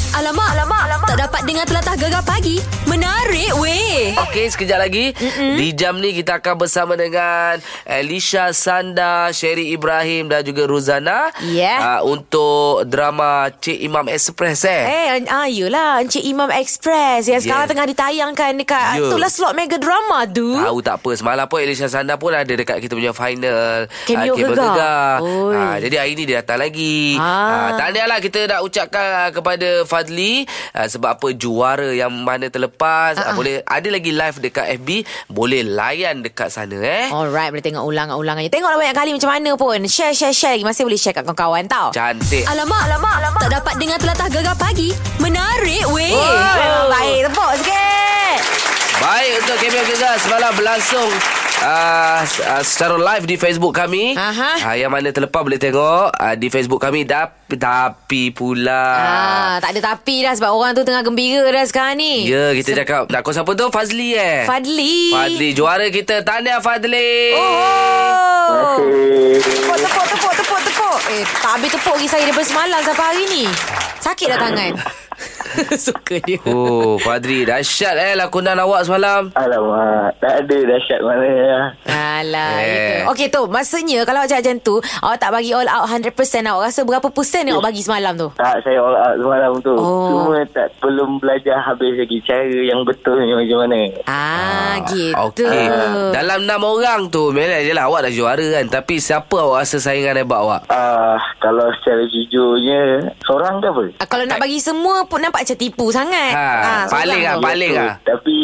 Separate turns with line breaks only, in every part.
Alamak, alamak, alamak. Tak dapat dengar telatah gegar pagi. Menarik weh.
Okey, sekejap lagi. Mm-mm. Di jam ni kita akan bersama dengan Elisha Sanda, Sherry Ibrahim dan juga Ruzana.
Yeah.
Uh, untuk drama Cik Imam Express eh.
Eh, ah, yelah Encik Imam Express Yang sekarang
Yeah.
tengah ditayangkan Dekat
Yeah.
yeah. Itulah slot mega drama tu
Tahu tak apa Semalam pun Elisha Sanda pun ada Dekat kita punya final
Cameo
ah, Cable
Gegar. Oi.
Ah, Jadi hari ni dia datang lagi
Ah.
ah. Tahniahlah kita nak ucapkan ah, Kepada Fadli ah, Sebab apa juara yang mana terlepas ah, Boleh Ada lagi live dekat FB Boleh layan dekat sana eh
Alright boleh tengok ulangan-ulangannya Tengoklah banyak kali macam mana pun Share share share Masih boleh share kat kawan-kawan tau
Cantik
Alamak, alamak, alamak. Tak dapat dengar telatah gegar pagi. Menarik weh.
oh. Baik tepuk sikit
Baik untuk Cameo Gegar semalam berlangsung Uh, s- uh, secara live di Facebook kami
Aha.
uh, Yang mana terlepas boleh tengok uh, Di Facebook kami Tapi, tapi pula
ah, Tak ada tapi dah Sebab orang tu tengah gembira dah sekarang ni
Ya kita cakap Nak kau siapa tu Fazli eh
Fadli
Fadli juara kita Tahniah Fadli Eh.
Oh Tepuk tepuk tepuk tepuk tepuk Eh tak habis tepuk lagi saya Daripada semalam sampai hari ni Sakit dah tangan Suka dia
Oh Fadli dahsyat eh Lakonan awak semalam
Alamak, tak ada dahsyat mana ya.
Alah
Eh.
eh. Okey tu Maksudnya Kalau awak cakap macam tu Awak tak bagi all out 100% Awak rasa berapa persen Yang awak bagi semalam tu
Tak, saya all out semalam tu.
Oh.
Cuma tak belum belajar habis lagi cara yang betulnya macam mana.
Ah, gitu
Okey Dalam enam orang tu Memang je lah awak dah juara kan Tapi siapa awak rasa saingan hebat awak
Ah, kalau secara jujurnya, seorang ke apa?
Ah, Kalau nak bagi semua pun Nampak macam tipu sangat Ah,
Ha, paling
seorang
lah
tu.
Paling
Tu.
lah
Tapi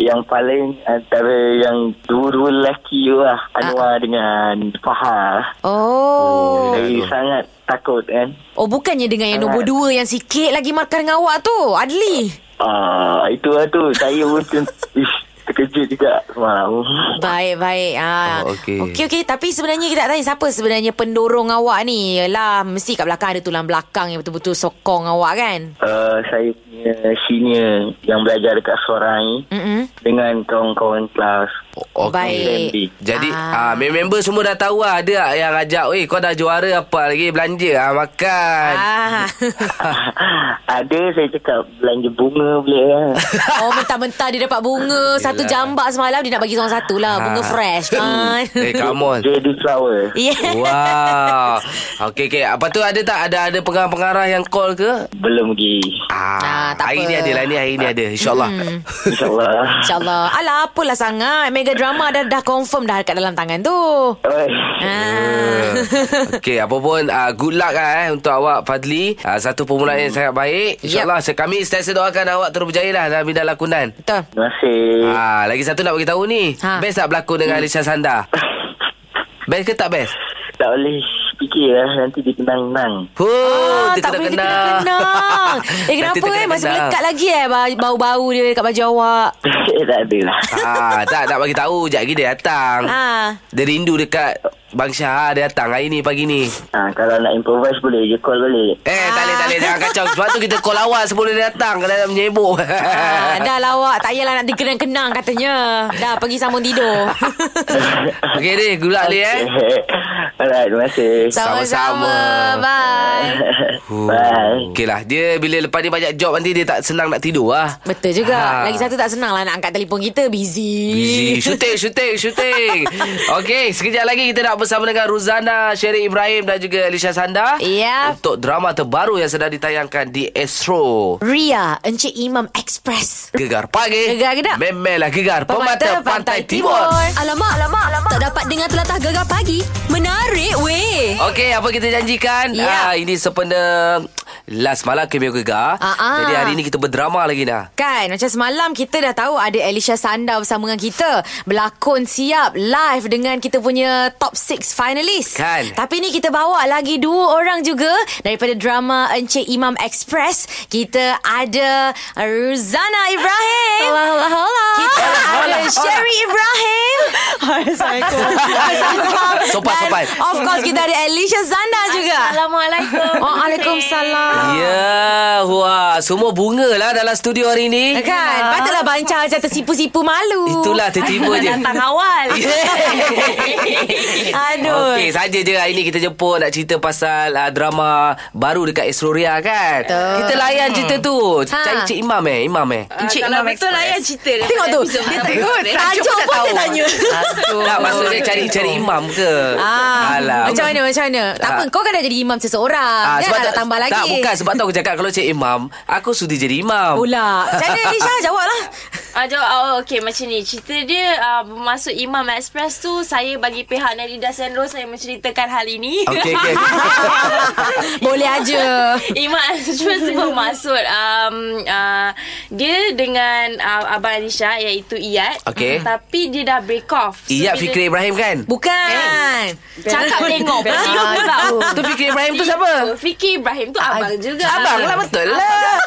yang paling antara yang dua-dua lelaki tu lah.
Ah.
Anwar dengan Fahar.
Oh
Saya
aduh.
sangat takut kan.
Oh bukannya dengan yang
Ah.
nombor dua Yang sikit lagi markah dengan awak tu Adli
Ah, itu lah tu. Saya pun ter- ish, terkejut juga semalam.
Baik baik ha.
Oh, okey.
okey okey Tapi sebenarnya kita nak tanya Siapa sebenarnya pendorong awak ni Yalah Mesti kat belakang ada tulang belakang Yang betul-betul sokong awak kan
Uh, saya punya senior yang belajar dekat Sorai
Mm-mm.
dengan kawan-kawan kelas.
Okey.
Baik.
Jadi
Ah.
ah. ah member semua dah tahu lah ada tak yang ajak, "Wei, kau dah juara apa lagi belanja ah makan."
Ah.
Ada saya cakap belanja bunga boleh lah.
Oh mentah-mentah dia dapat bunga Satu jambak semalam Dia nak bagi seorang satu lah Bunga
Ah.
fresh kan Ya.
eh, come on.
Jadi flower.
Yeah.
Wow. Okey okey. Apa tu ada tak ada ada pengarah-pengarah yang call ke?
Belum pergi.
Ah,
Ah,
tak apa.
hari
Hmm.
ni ada lah ni hari ni ada insyaallah.
InsyaAllah.
InsyaAllah Alah apalah sangat Mega drama dah, dah confirm dah Dekat dalam tangan tu
Oi.
ah.
Okey, Eh, apa pun uh, good luck lah eh untuk awak Fadli. Uh, satu permulaan
Hmm.
yang sangat baik. Insyaallah yep. kami sentiasa doakan awak terus berjaya lah dalam bidang lakonan.
Betul
Terima kasih.
Ah, lagi satu nak bagi tahu ni.
Ha.
Best tak berlakon dengan Alicia Sanda? Best ke tak best?
Tak boleh fikir lah nanti dikenang-kenang.
Huh,
Ah,
oh, dia
tak
kena
boleh
kena.
kena kenang. Eh kenapa eh masih melekat lagi eh ba- bau-bau dia dekat baju awak.
tak ada lah.
Ah, tak nak bagi tahu Sekejap lagi dia datang
Ha.
Dia rindu dekat Bang Syah Ah, Dia datang hari ni pagi ni
Ha, kalau nak improvise boleh je call balik.
Eh tak boleh tak boleh Jangan kacau Sebab tu kita call awal Sebelum dia datang Kalau dia menyebuk
Ah,
Ha.
dah lah awak Tak payahlah nak dikenang-kenang katanya Dah pergi sambung tidur
Okey ni Gulak ni eh
Alright, terima kasih.
Sama-sama.
Bye
Bye.
Okey lah Dia bila lepas ni banyak job Nanti dia tak senang nak tidur lah
Betul juga
Ah.
Lagi satu tak senang lah Nak angkat telefon kita Busy
Busy Shooting Shooting Shooting Okey Sekejap lagi kita nak bersama dengan Ruzana Sherry Ibrahim Dan juga Alicia Sanda
Ya.
Untuk drama terbaru Yang sedang ditayangkan Di Astro
Ria Encik Imam Express
Gegar pagi
Gegar ke tak?
Memelah gegar Pemata, Pantai, Timur,
Alamak, alamak, alamak. Tak dapat dengar telatah gegar pagi. Menarik weh.
Okey, apa kita janjikan?
Ya.
Ah, ini sepena last malam Cameo Gegar.
Ah, ah.
Jadi hari ni kita berdrama lagi dah.
Kan macam semalam kita dah tahu ada Alicia Sanda bersama dengan kita Berlakon siap live dengan kita punya top 6 finalist
Kan.
Tapi ni kita bawa lagi dua orang juga Daripada drama Encik Imam Express Kita ada Ruzana Ibrahim Hola hola hola Kita ada Sherry Ibrahim Assalamualaikum Assalamualaikum
Sopan,
Dan
sopan.
Of course kita ada Alicia Sanda juga
Assalamualaikum.
Waalaikumsalam
Ya, wah. semua bunga lah dalam studio hari ni.
Kan? Patutlah bancar macam tersipu-sipu malu.
Itulah tiba-tiba je.
Datang awal.
Aduh.
Okey, saja je hari ni kita jemput nak cerita pasal uh, drama baru dekat Esroria kan. Betul. Kita layan cerita tu. Ha. Cari Cik Imam eh, Imam eh.
Encik Imam Express. Lah yang cerita dia
Tengok
pada
tu.
episod
Dia
pertama.
tengok.
Eh,
Tajuk pun dia tanya.
Aduh. Tak, maksud dia cari cari imam ke?
Ah, Alah. Macam mana, macam mana? Tak apa,
Ah.
kau kan dah jadi imam seseorang.
Ah,
Ah, sebab tak, tambah lagi.
Tak, bukan. Sebab tu aku cakap kalau cik imam, aku sudi jadi imam.
Pula. Macam mana, Nisha? Jawab lah.
Ah, jawab, oh, okay, macam ni. Cerita dia uh, masuk Imam Express tu, saya bagi pihak Nerida Sendro, saya menceritakan hal ini.
Okey, okey.
Boleh aja.
Iman Ashura bermaksud um, uh, Dia dengan uh, Abang Anisha Iaitu Iyad
Okey.
Tapi dia dah break off
Iyad
bila-
Fikri Ibrahim kan?
Eh.
Bukan.
Cakap tengok Pusing
Ah,
tahu
Tu Fikri Ibrahim tu siapa?
Fikri Ibrahim tu abang juga
Abang lah betul lah.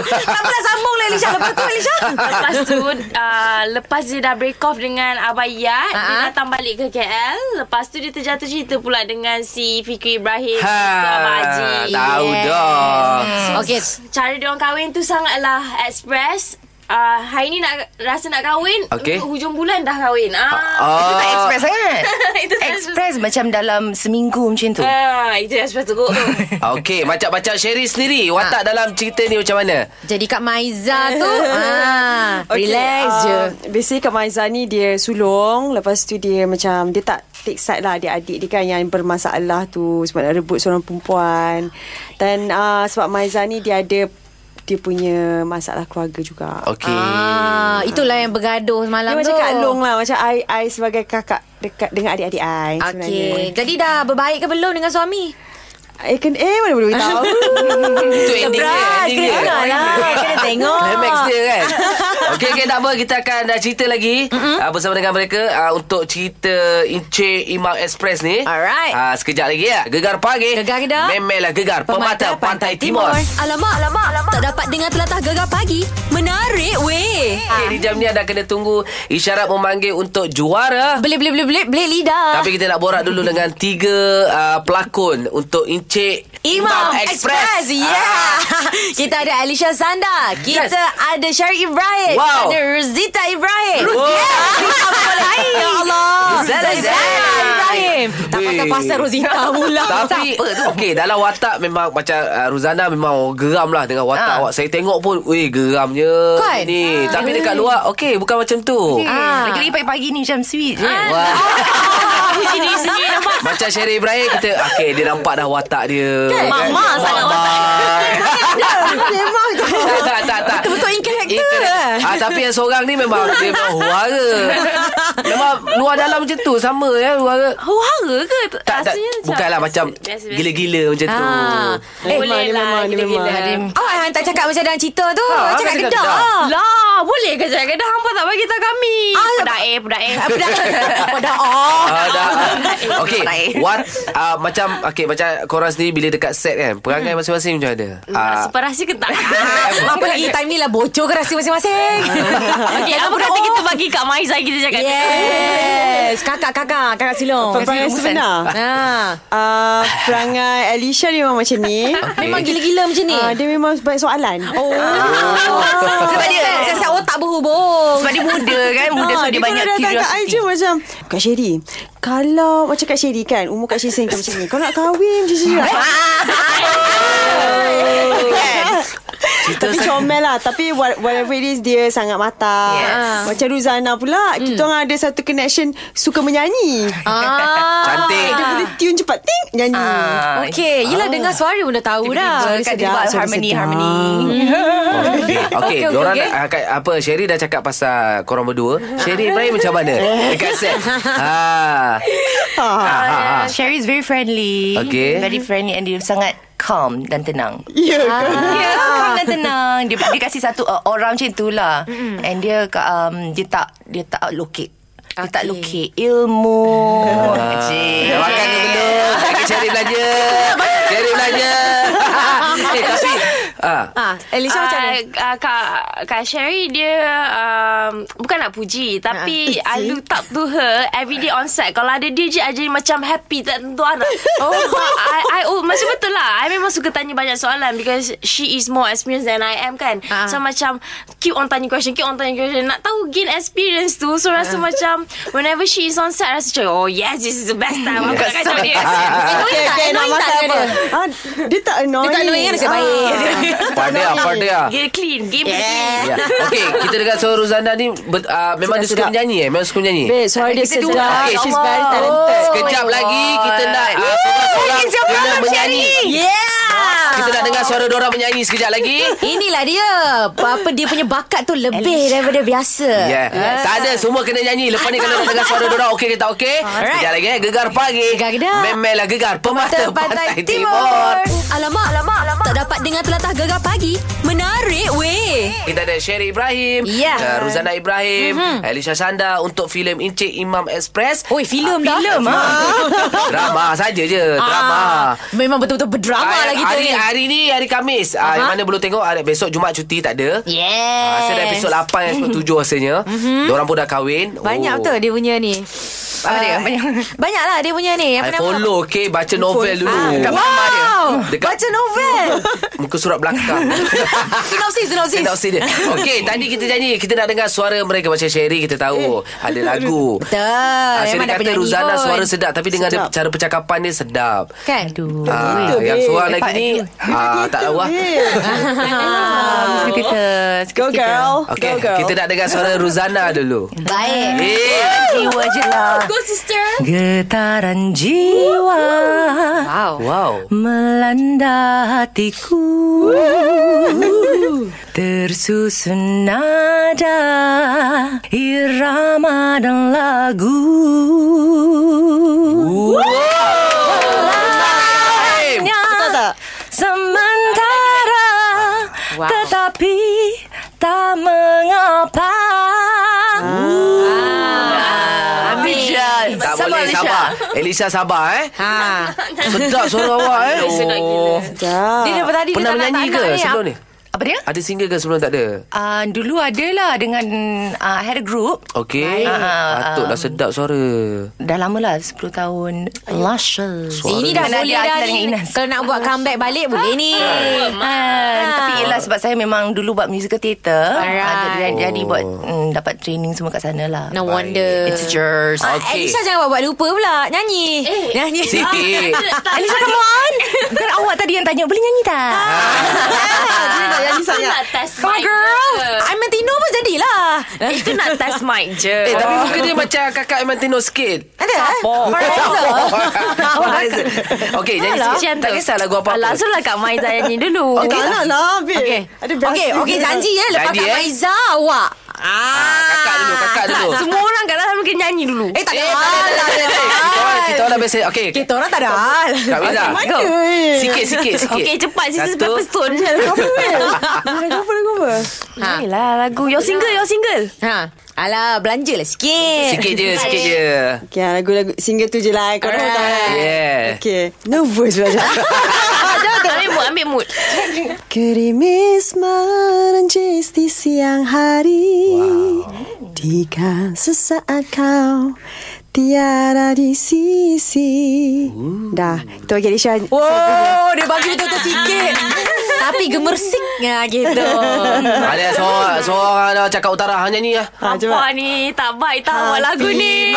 tak pula sambung lah, Nisha. Lepas tu, Nisha.
Lepas tu uh, Lepas dia dah break off Dengan Abang Iyad Dia
Ah.
datang balik ke KL Lepas tu dia terjatuh cerita pula Dengan si Fikri Ibrahim
Ha,
ke Abang Haji
tahu
Yes.
dah.
Okey.
Cara dia orang kahwin tu sangatlah express. Uh, hari ni nak rasa nak kahwin
Okey.
untuk Hujung bulan dah kahwin ah.
Itu tak
Oh,
express sangat
Itu tak
Express macam dalam seminggu macam tu
Ah, itu express tu tu.
Eh, Okey, macam-macam Sherry sendiri
Ah.
Watak dalam cerita ni macam mana?
Jadi Kak Maiza tu, ah, relax
ah,
je.
Basically Kak Maiza ni dia sulung Lepas tu dia macam Dia tak take side lah adik-adik dia kan Yang bermasalah tu Sebab nak rebut seorang perempuan Dan uh, sebab Maiza ni dia ada Dia punya masalah keluarga juga
Okey.
Ah, itulah yang bergaduh
Dia
semalam tu.
macam Kak Long lah Macam I, I sebagai kakak Dekat dengan adik-adik I sebenarnya
Okey. Jadi dah berbaik ke belum dengan suami?
Eh, kan, eh mana boleh tahu
Itu ending dia,
Surprise,
ending dia.
kena tengok lah. Kena tengok.
Climax dia kan Okey okey tak apa Kita akan uh, cerita lagi uh, Bersama dengan mereka uh, Untuk cerita Encik Imam Express ni
Alright.
uh, Sekejap lagi ya Gegar pagi
Gegar Kedah.
Memelah gegar Pemata, Pantai, Timur, Timur.
Alamak, alamak, alamak. Tak dapat dengar telatah gegar pagi. Menarik weh.
Okey
Ah.
di jam ni anda kena tunggu Isyarat memanggil untuk juara
Belit, belit, belit, belit, belit lidah.
tapi kita nak borak dulu dengan tiga uh, pelakon untuk Encik
Imam Express. Ya. Yeah. kita ada Alicia Sanda. Kita
Ah. Yes.
ada Syari Ibrahim.
Wow.
Kita ada Rosita Ibrahim.
Wow.
Hai. Ya Allah.
Rosita Ibrahim.
Ibrahim. Tak
Weh.
pasal-pasal Rosita pula.
Tapi
Siapa tu?
Okey dalam watak Memang macam uh, Ruzana memang Geram lah dengan watak awak Saya tengok pun Weh geramnya
Kan?
Ni Tapi dekat luar Okey bukan macam tu
ah.
eh,
Lagi-lagi pagi-pagi ni macam sweet je
Ah,
Wah.
Puji diri sendiri nampak.
Macam Sherry Ibrahim Kita Okey dia nampak dah watak dia Kan?
Mama sangat
watak
Ya,
Memang tu
Tak tak tak, tak. Betul-betul in character
eh.
ah, Tapi yang seorang ni memang Dia memang huara Memang luar dalam macam tu Sama ya huara
Huara
tak,
ke?
lah. tak,
Rasanya
bukanlah macam
biasa-biasa.
gila-gila macam tu.
Ah.
Boleh
Eh, memang,
lah
dia memang,
gila-gila.
dia
Awak yang tak Oh, eh, cakap macam dalam cerita tu.
Ha,
cakap
kan cakap
kedah.
kedah.
ah.
Lah, boleh ke jangan dah hampa tak bagi tahu kami.
Ah,
Pedak eh, pedak eh.
Apa dah? Apa dah? Oh.
Ah, dah. Okay What uh, Macam Okay macam korang sendiri Bila dekat set kan Perangai masing-masing macam mana
Ah,
Ah,
Super rahsia ke tak?
Apa lagi time ni lah bocor ke rahsia masing-masing.
Okey, apa kata kita bagi Kak Maiza kita cakap?
Yes. Kakak-kakak. Kakak silong.
Perangai sebenar
Ah.
uh, Perangai Alicia ni memang macam ni
Memang gila-gila macam ni.
Ah, dia memang banyak soalan. Oh.
Sebab dia Sesat otak berhubung
Sebab dia muda kan
Ah,
Muda so dia banyak
datang kat I je
curiosity
macam Kak Sherry Kalau macam Kak Sherry kan Umur Kak Sherry sekarang macam ni Kau nak kahwin macam Sherry lah Tapi comel lah Tapi what- whatever it is Dia sangat matang Ah.
Yes.
Macam Ruzana pula Kita orang ada satu connection Suka menyanyi
ah.
Cantik
Dia boleh tune cepat Ting Nyanyi
Ah,
Okay Yelah dengar suara pun dah tahu dah
Dekat dia
sedap,
buat
suara
harmony
sedap.
Harmony
Oh, Okay, okay,
okey,
Diorang
okey.
nak- ah, Apa Sherry dah cakap pasal Korang berdua Sherry Ibrahim macam mana Dekat set ha.
Ha.
Ha, ha, ha.
Uh, Sherry is very friendly
Okay.
Very friendly And dia sangat calm dan tenang
Ya yeah.
Ya, calm dan tenang. Dia, dia kasih satu uh, orang macam itulah. Mm-hmm. And dia ka- um, dia tak dia tak locate. Dia tak locate ilmu. Cik.
Dah makan ke belum Lagi Sherry belanja Sherry belanja Eh tapi Ah.
Ah, Elisha macam mana?
Uh, Kak, Kak Sherry dia um, bukan nak puji tapi uh, I look up to her every day on set. Kalau ada dia je I jadi macam happy tak tentu arah. Oh, I, I, oh macam betul lah. I memang suka tanya banyak soalan because she is more experienced than I am kan. So macam keep on tanya question, keep on tanya question. Nak tahu gain experience tu. So rasa macam whenever she is on set I rasa macam oh yes Ah, this is the best time. Aku nak kacau dia.
Okay, okay, nak
annoying tak
masak
dengan
apa? Ah, dia tak annoying. Ah.
Dia tak annoying kan nasib baik.
Padea, padea.
Dia clean, game yeah.
Ya. Okey, kita dekat Suara Ruzana ni ber, uh, memang dia suka
Sedap-sedap.
menyanyi eh? Memang suka menyanyi.
Babe, suara dia
Kita dua.
sedap.
Ah,
Okay,
She's
Allah.
very
Oh,
talented.
Sekejap
my
lagi
God.
kita nak uh, seorang-seorang
Kita
kena
orang
menyanyi.
Yeah.
Kita nak dengar suara dorang menyanyi sekejap lagi.
Inilah dia. Apa dia punya bakat tu lebih daripada biasa.
Yeah. Ya.
Eh.
Tak ada semua kena nyanyi. Lepas ni kalau nak dengar suara dorang okey ke tak okey?
Alright.
Sekejap lagi eh gegar pagi.
Gegar gedak.
Memelah gegar pemata
Pantai,
pantai, timur.
Alamak, alamak, alamak. Tak dapat dengar telatah gegar pagi. Menarik weh.
Kita ada Sherry Ibrahim,
Ya. Mhm.
uh, Ruzana Ibrahim, mm-hmm. Elisha Sanda untuk filem Encik Imam Express.
Oi, filem dah. Ah.
Filem ah. Drama saja je, drama.
Memang betul-betul berdrama
Ah,
lah kita
hari,
ni.
hari ni hari Kamis. Ah, yang mana belum tengok hari besok Jumaat cuti tak ada.
Yes. Mhm.
Ah, saya dah episod 8 dan episod 7 rasanya. Mm-hmm. Diorang pun dah kahwin. Oh.
Banyak betul dia punya ni. Apa
dia? Banyak.
Banyak lah dia punya ni. Apa
Ah. I
nama?
follow okay Baca novel dulu
kat
Wah,
mama dia.
Wow.
Dekat-
Baca novel.
Muka surat belakang
sinopsis, sinopsis.
Sinopsis dia Okay tadi kita nyanyi Kita nak dengar suara mereka Macam Sherry kita tahu Ada lagu
Eh. Betul.
Ah,
Memang
Sherry
dah
kata
penyanyi
Ruzana
pun.
suara sedap Tapi dengan dia,
Sedap.
cara percakapan dia sedap
Kan? Aduh.
Ah, yang seorang lagi ni ah, tak tahu lah
Mesti kita
Go girl.
Okay,
Go girl.
kita nak dengar suara Ruzana dulu.
Baik.
Eh,
Jiwa je lah
Go sister.
Getaran jiwa
Wow.
wow.
Melanda hatiku Tersusun nada Irama dan lagu
Hey,
Betul tak?
Sementara
Wow.
Tetapi Tak mengapa
Ah, Amin.
tak
Sabar,
boleh sabar. Elisa sabar eh.
Ha.
Sedap suara awak eh.
Sedap gila.
Sedap.
Dia daripada tadi dia
Pernah
tak nak
menyanyi
tak
ke
nak ya?
sebelum ni?
Apa dia?
Ada single ke sebelum tak ada?
Uh, dulu adalah dengan uh, I had a group
Okey. Ah,
Ah,
Patutlah sedap suara.
Dah lama lah 10 tahun Luscious
Ini dah
Dengan
boleh dah
Nadia Akila
ni.
dengan Inas
Kalau nak buat comeback balik boleh ni.
Ah, Tapi yelah sebab saya memang dulu buat musical theatre
Alright.
ah, jadi, jadi
Oh.
buat mm, dapat training semua kat sana lah
No wonder.
It's yours
Ah,
Okay.
Elisha jangan buat-buat lupa pula. Nyanyi. Nyanyi.
Sikit.
Alisa come on Bukan awak tadi yang tanya Boleh nyanyi tak?
Ah.
Dia nak nyanyi
Itu
sangat.
nak test
Come on
mic
girl.
je.
I'm Tino pun jadilah.
Itu nak test mic je.
Eh, tapi muka dia macam kakak Emantino sikit.
Ada eh?
Farhanza. Okey, jadi sikit. Tak kisah lagu apa-apa. Eh,
Langsung lah Kak Maiza nyanyi dulu.
Oh, tak nak lah, babe.
Okey.
Ada biasa
Okey, okey
je.
janji eh lepas
Janji,
Kak
eh.
Maiza awak. Ah,
kakak dulu, kakak dulu.
Semua orang kat dalam kena nyanyi dulu.
Eh tak ada.
Eh, tak ada, tak ada, tak ada. Kita orang- Kita orang dah biasa. Okey.
Kita orang tak ada. hal.
Kak Miza.
Mana, eh?
Sikit, sikit, sikit.
Okey, cepat. Sisi
Satu.
paper stone.
Dia nak cover, nak cover.
Yelah, lah, lagu. Your single, your single.
Ha. Alah, belanjalah sikit.
Sikit je, sikit je.
Okay, ah, lagu-lagu single tu je lah. Korang
Alright.
tak nak.
Yeah.
Okay. Nervous lah. pula macam.
Ambil mood, ambil mood.
Gerimis merencis di siang hari Jika sesaat kau tiada di sisi Dah, itu bagi Alicia
Oh, Wow, dia bagi betul-betul sikit. Tapi gemersik ah, gitu.
Ada lah, seorang, seorang ada cakap utara. Hanya ni lah.
ha,
Apa ni? Tak baik tak awak lagu ni.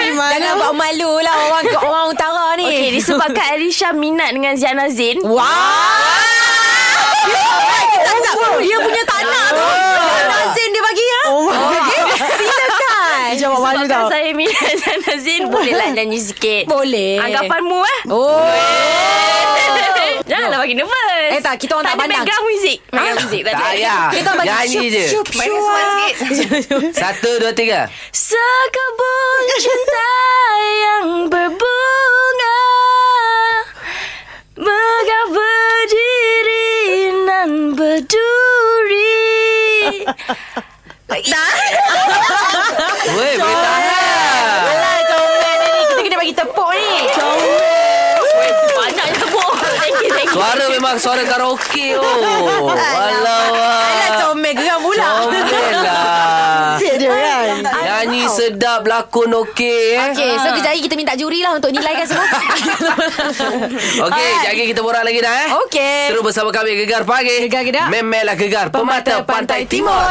Jangan buat malu lah orang orang utara ni.
Okey, disebabkan Alicia minat dengan Ziana Zain.
Wow. Sekejap, sekejap. Dia punya tak nak tu. Nazin dia bagi ha.
Oh my god
Silakan.
Dia jawab malu
Sebabkan
tau
saya minat Ziana Zain, bolehlah nyanyi sikit.
Boleh.
Anggapanmu eh.
Oh.
Janganlah bagi nervous.
Eh, tak, kita orang tak
ada
pandang.
background music. Background music.
Tak
ada.
payah.
Kita bagi
Nyanyi
syup,
je.
syup,
Mainkan
syup.
semangat sikit
Satu, dua, tiga.
Sekebun cinta yang berbunga Megah berdiri nan berduri
Weh, boleh tahan. lah.
Alah, comel ni. Kita kena bagi tepuk ni.
Banyaknya tepuk Thank you, thank
Suara memang suara karaoke oh. Walau ah.
Alah comel geram pula.
Comel lah
Fit dia kan
Nyanyi sedap Lakon okey eh.
Okay,
Ah.
so kejap lagi kita minta juri lah untuk nilaikan semua.
Okey, jadi kita borak lagi dah eh.
Okey.
Terus bersama kami Gegar Pagi.
Gegar Kedah.
Memelah Gegar Pemata, Pantai, Timur.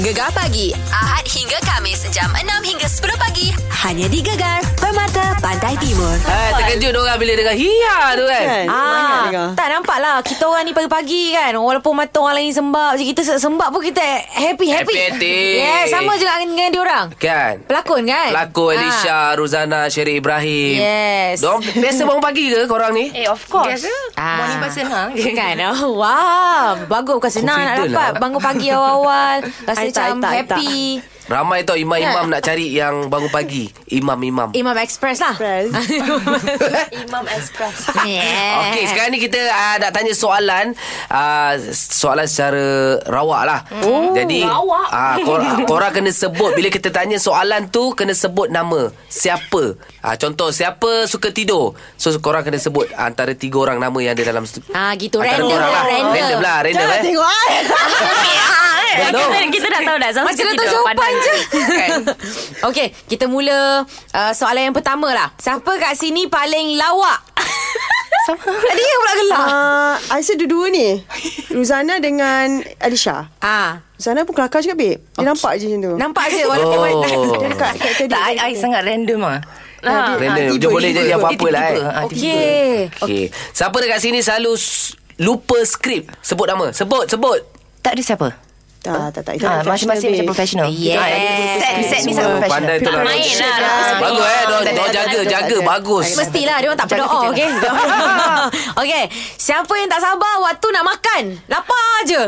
Gegar pagi, Ahad hingga Kamis, jam 6 hingga 10 pagi. Hanya di Gegar, Permata Pantai Timur.
Hai, Eh, terkejut orang bila dengar hiya tu kan.
Kan Banyak dengar.
Ah, tak nampak lah Kita orang ni pagi-pagi kan Walaupun mata orang lain sembab je Kita sembab pun kita happy-happy
Happy-happy.
Yeah, sama juga dengan diorang
Kan?
Pelakon kan
Pelakon
Ah.
Alicia, Ruzana, Sherry Ibrahim.
Yes.
Dong, biasa bangun pagi ke korang ni?
Eh, of course.
Ah.
Morning person ha.
Kan oh, Wow Bagus bukan senang nak
Confident
dapat
lah.
Bangun pagi awal-awal Rasa macam
I tak, I tak, I tak.
happy
Ramai tau imam-imam nak cari yang bangun pagi. Imam-imam.
Imam Express lah
Express.
Imam Express.
yeah.
Okey, sekarang ni kita uh, nak tanya soalan uh, soalan secara rawak lah. Oh, Jadi
rawak.
Uh, kor- korang kena sebut bila kita tanya soalan tu kena sebut nama. Siapa? Uh, contoh siapa suka tidur. So korang kena sebut antara tiga orang nama yang ada dalam stu-
Ah, gitu. Random
antara korang
lah, random.
Random lah, random
Jangan
eh.
tengok ah. I
Eh,
Hello.
Kita, kita dah tahu dah. Sama
Macam
suka
dah tahu
tidur
jawapan
padang.
je Kan? Okey Kita mula uh, Soalan yang pertama lah Siapa kat sini paling lawak? Sama Dia pula gelap
Ah, I rasa dua-dua ni Ruzana dengan Alisha
Ah,
Ruzana pun kelakar juga babe Dia nampak je macam tu
Nampak je Walaupun
Oh.
Dia dekat karakter dia
Tak, I, I sangat random ah.
Ah.
Random.
tiba,
Dia boleh
tiba,
jadi
tiba,
apa-apa lah, eh.
tiba-tiba. Ah, tiba-tiba.
Okey
Okey. Siapa dekat sini selalu s- lupa skrip? Sebut nama. Sebut, sebut.
Tak ada siapa?
Tak, tak, tak Itu
Ah,
professional,
masing-masing macam
babe.
professional. Ah,
Yes.
Set, Eh, set ni
Semua
sangat professional.
Pandai tu lah.
Main lah. dalam
Bagus eh. Dia
Tak ada,
orang
tak ada,
jaga,
tak ada,
jaga.
tak ada.
Bagus.
Mestilah Dia orang tak
Jaga
berdoa
kerja
Okey Okey Siapa yang tak sabar Waktu nak makan Lapar je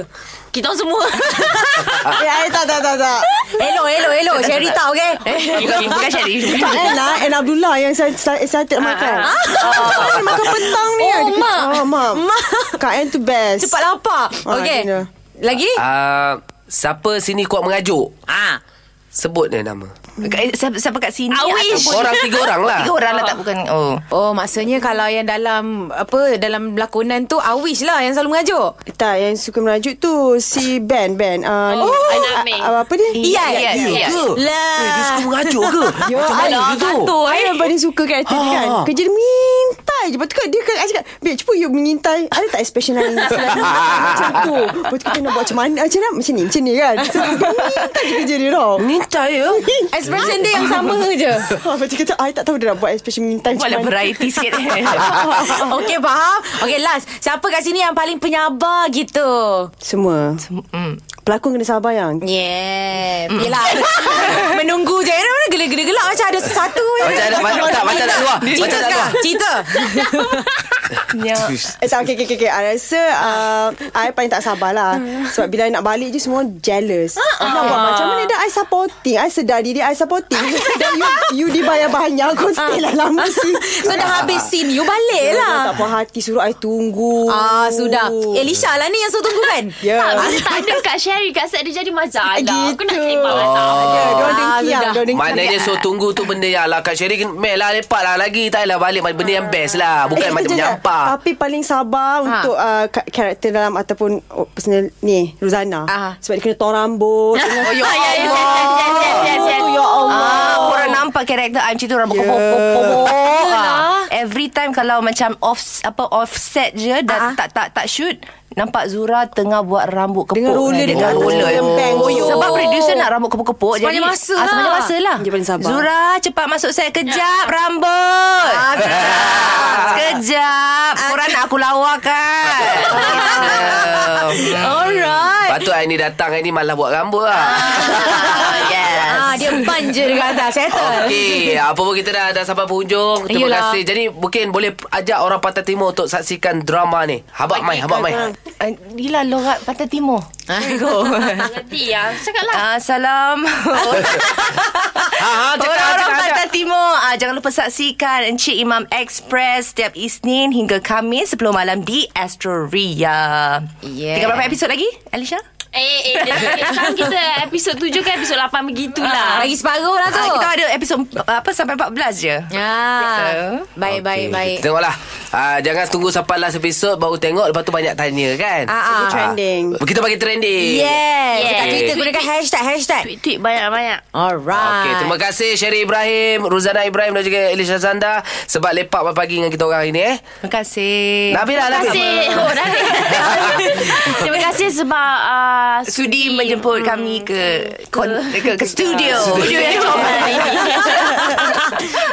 Kita orang semua
Eh, I tak, tak, tak, tak
Elok elok elok Sherry tak okey
Bukan- Bukan Syarif.
Tak Ella and Abdullah yang saya excited makan. Ah, makan petang ni.
Oh,
Dia-
Mak.
Ah, mak.
Mak.
Kak Ann tu best.
Cepat lapar
Ah,
Okey
dia.
Lagi
Ah, siapa sini kuat mengajuk?
Ah,
Sebut dia nama.
Kat- Mm. Siapa siapa kat sini?
I wish.
ataupun-
Orang tiga orang lah.
Tiga orang lah tak bukan. Oh.
Oh maksudnya kalau yang dalam apa dalam lakonan tu Awish lah yang selalu mengajuk.
Tak, yang suka merajuk tu si Ben, Ben. Ah, ni.
Oh,
Ah,
Anamik.
ah, apa dia?
Iya, iya,
Ian.
iya.
Ke?
Lah.
Eh, dia suka mengajuk ke?
Ya,
Macam mana
I-
dia tu?
I yang paling suka karakter dia kan
Ah.
Kerja dia mintai je Lepas tu kan dia kan I cakap Babe cepat you mengintai Ada tak expression lain Selain macam tu Lepas tu kita nak buat macam mana Macam mana Macam ni Macam ni kan So dia mintai je kerja dia tau
Minta ya?
Expression dia yang sama je.
Ah, Lepas tu kata I tak tahu dia nak buat lah expression mengintai macam
Buatlah
mana
lah variety sikit.
Okey faham? Okey last. Siapa kat sini yang paling penyabar gitu?
Semua
Hmm.
Pelakon kena sabar yang
Yeah.
Mm.
Yelah. Menunggu je. Eh, mana gelak-gelak macam ada satu. je.
Macam ada- macam- tak, macam nak keluar.
Cerita
Macam nak
sekarang. Cerita.
Eh tak okay, okay, okay, okay. I rasa uh, I paling tak sabar lah Sebab bila I nak balik je Semua jealous uh, Nampak macam mana dah I supporting I sedar diri I supporting Dan you You dibayar banyak Kau stay lah lama sih
So dah habis scene you balik lah.
Tak puas hati Suruh I tunggu
Ah sudah. Elisha lah ni yang suruh tunggu kan?
Ya
Tak, bila tak ada Kak Sherry Kak Sat dia jadi masalah Aku nak
Gitu.
sembang masalah
Ya, diorang
Ah,
dengki yang
sudah.
Diorang dengki
Maknanya so tunggu tu benda yang lah Kak Sherry Meh lah lepak lah lagi Tak lah balik Benda yang best lah Bukan
Eh,
macam
kejap,
menyampah
Tapi paling sabar Untuk uh, ka- karakter dalam Ataupun oh, Personal ni Ruzana
Ah.
Sebab dia kena tong rambut Oh ya
Ya, ya, yes, yes, yes, yes, yes, yes.
Ya Allah
Ah, korang nampak karakter I macam tu orang yeah. ah. Every time kalau macam off apa offset je
Ah.
dah tak tak tak shoot nampak Zura tengah buat rambut kepuk
Dengan roller
dengan
dekat
roller.
dengan bank.
Oh,
Oh.
Sebab producer nak rambut kepuk-kepuk
Sepanjang
jadi
masa
ah,
lah.
sepanjang masa lah.
Dia paling sabar. Ya.
Zura cepat masuk set kejap rambut. Ah, kejap. Korang nak aku lawakan.
Alright.
Patut hari ni datang Hari ni malah buat rambut lah
yes.
Ah dia ban je dekat atas. Settle.
Okey, apa pun kita dah dah sampai penghujung. Terima
Yelah.
kasih. Jadi mungkin boleh ajak orang Pantai Timur untuk saksikan drama ni. Habak mai, habak mai.
Ah.
Uh, Gila lorat Pantai Timur.
Tak Ngerti ya Cakap lah
Ah, salam.
Ha ha,
Orang-orang Pantai Timur ah, Jangan lupa saksikan Encik Imam Express Setiap Isnin hingga Kamis 10 malam di Astoria
Yeah.
Tinggal berapa episod lagi Alicia?
Eh, eh, sekarang kita episod 7 ke episod 8 begitulah.
Bagi separuh lah tu.
Ah, kita ada episod apa sampai 14 je.
Ya. Baik, baik,
Okey,
baik.
Kita tengoklah. Ah, jangan tunggu sampai last episode baru tengok lepas tu banyak tanya kan.
Ah, ah.
Tunggu trending.
Kita bagi trending.
Yes.
Yes.
Kat Twitter gunakan hashtag, hashtag.
Tweet-tweet banyak-banyak.
Alright.
Okey, terima kasih Sherry Ibrahim, Ruzana Ibrahim dan juga Elisha Zanda sebab lepak pagi dengan kita orang hari ni eh.
Terima
Eh,
kasih.
Nabila
Terima
Nabila.
kasih. Oh, dah. Terima kasih sebab uh,
Sudi menjemput kami ke kon, ke, ke Ah. studio.
studio yang comel ini.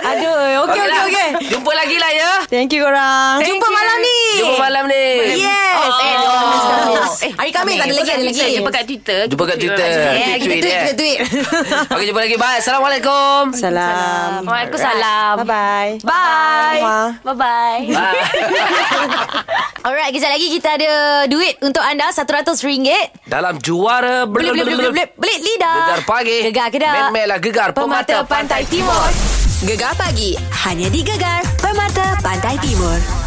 Aduh, okey okey okey.
Jumpa lagi lah ya.
Thank you korang.
Jumpa malam ni.
Jumpa malam ni.
Yes.
Oh.
Eh,
Kamis, Kamis.
Eh, hari Kamis ada lagi, ada lagi.
Jumpa kat Twitter.
Jumpa kat Twitter.
Eh, kita
Tweet,
tweet,
eh.
kita tweet.
Okey, jumpa lagi. Bye. Assalamualaikum.
Salam.
Waalaikumsalam.
Bye-bye.
Bye.
Bye.
Bye-bye.
Bye.
Alright, kejap lagi kita ada duit untuk anda RM100.
Dalam juara
Blip, blip, blip, blip, blip. Belit lidah.
Gegar pagi.
Gegar kedak.
Memelah gegar
Pemata
pemata
Pantai Timur.
Gegar pagi Hanya di Gegar Permata Pantai Timur